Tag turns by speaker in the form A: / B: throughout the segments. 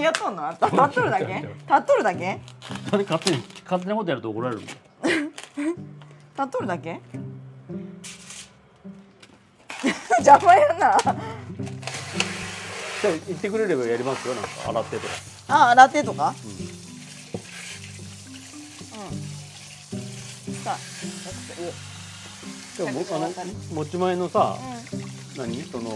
A: やっとんのあた立っとるだけ立っとるだけ
B: それ勝手に勝手なことやると怒られるもん
A: 立っとるだけ邪魔やな
B: じゃあ言ってくれればやりますよなんか洗ってとか
A: あラテとかうん、さあ
B: でも僕あの持ち前のさ、何その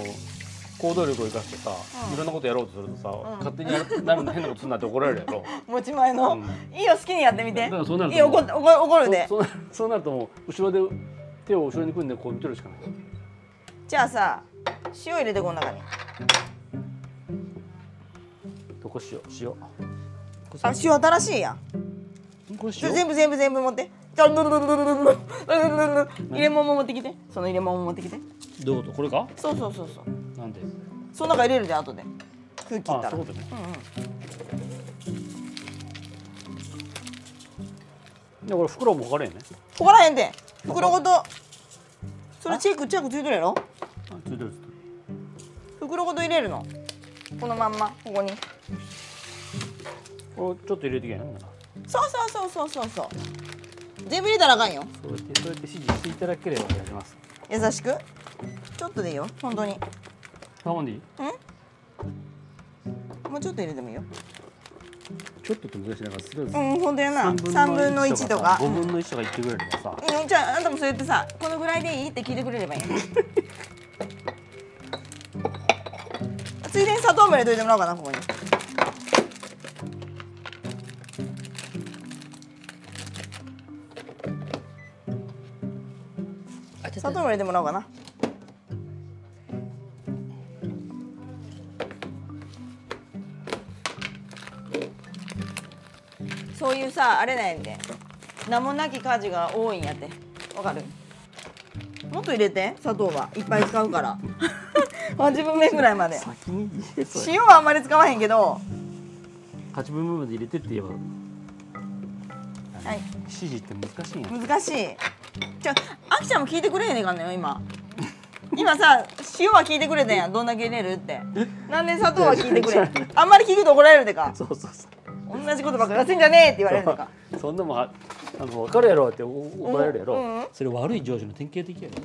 B: 行動力を生かしてさ、いろんなことやろうとするとさ、勝手にやるなる変なことするなって怒られるやろ
A: 持ち前の、
B: うん
A: いいよ好きにやってみて
B: だからそうなる
A: い
B: と
A: いよ怒怒怒るで
B: そそうなそうなるともう後ろで手を後ろに組んでこう見てるしかない
A: じゃあさ塩入れてこの中に
B: どこしよう塩これ
A: あ
B: さ
A: 塩新しいやん
B: これ
A: ちょ
B: 塩
A: 全部全部全部持ってじゃあルルルルルルルルルル入れ物も持ってきてその入れ物も持ってきて
B: どういうことこれか
A: そうそうそうそう
B: なんで
A: その中入れるで後で空気切っ
B: あ
A: た
B: そ
A: ら
B: ういうことね、でこれ袋も分かれへんね
A: ここらへんで袋ごとそれチェックチェックついてるやろ
B: あついてるついて
A: 袋ごと入れるのこのまんまここに
B: るこれちょっと入れていけないのかな
A: そうそうそうそうそうそう全部入れたらあかんよ
B: そうやってそうやって指示していただければやります
A: 優しくちょっとでいいよ本当に
B: 頼んでいい
A: もうちょっと入れてもいいよ
B: ちょっとって難しいだからすごい
A: うん本当やな3分の1とか
B: 5分の1とか言ってくれればさ
A: うんじゃああんたもそう言ってさこのぐらいでいいって聞いてくれればいいよついでに砂糖も入れといてもらおうかなここに砂糖も入れてもらおうかなそういうさあれなんやで名もなき家事が多いんやってわかるもっと入れて砂糖はいっぱい使うから8分目ぐらいまで
B: 先に言えそれ
A: 塩はあんまり使わへんけど
B: 8分目まで入れてって言えば
A: はい
B: 指示って難しいんや
A: 難しいちょあきちゃんも聞いてくれへんねんかんのよ今今さ塩は聞いてくれたやんどんだけ入れるってなんで砂糖は聞いてくれんあんまり聞くと怒られるでか
B: そうそうそう
A: 同じことばっかりやってんじゃねえって言われるでか
B: そんなもんはあの分かるやろってお怒られるやろ、
A: うんうん
B: それ悪い上司の典型的やろ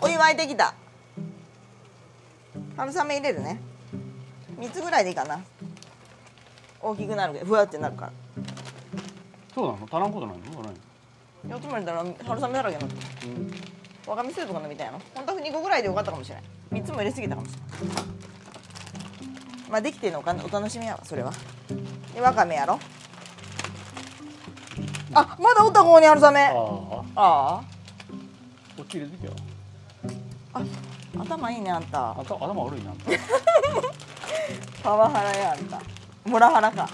A: お湯沸いてきた春雨入れるね3つぐらいでいいかな大きくなるけどふわってなるから
B: そうなの足らんことないの足らん
A: 4つも入れたら春雨だらけになってるわかめスープかなみたいな本当は2個ぐらいでよかったかもしれない3つも入れすぎたかもしれないまあできてるのかなお楽しみやわそれはでわかめやろあまだおったここに春
B: ああ
A: 雨あ
B: こっち入れてきよ
A: あ頭いいねあんた
B: 頭頭悪いな
A: パワハラやあんたモラハラか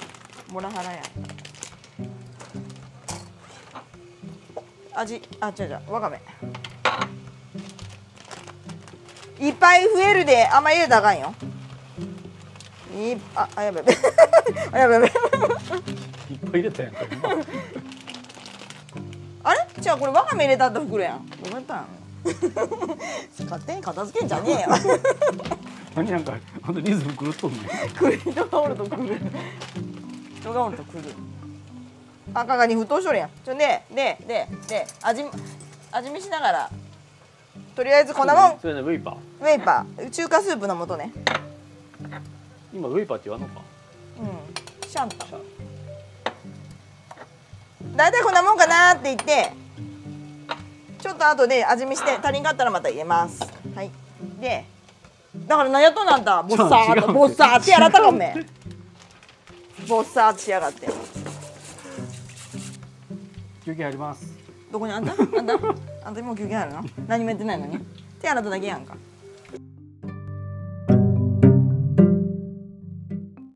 A: モラハラや味あ違う違うわかめいっぱい増えるであんま入れたらあかんよいっああやべや べあやべやべ
B: いっぱい入れたやんか今
A: あれじゃあこれわかめ入れたって袋やんどうやったん やろ勝手に片付けんじゃねえよ
B: 何なんか本当リズム狂っとんね
A: クリ人がおると来る人がおると来る赤がに沸騰しとるやんちょでででで味味見しながらとりあえず粉もん
B: それねウェイパー
A: ウェイパー中華スープの素ね
B: 今ウェイパーって言わんのか
A: うんシャンタ大体こんなもんかなって言ってちょっと後で味見して足りんかったらまた入れますはいでだから何やっとんなんだボッサーっ
B: 違う違
A: と
B: う
A: ボッサーってやらったかおめえボッサーってしやがって
B: 休憩あります
A: どこにあんたあんたあんたもう休憩あるの何もやってないのに手洗っただけやんか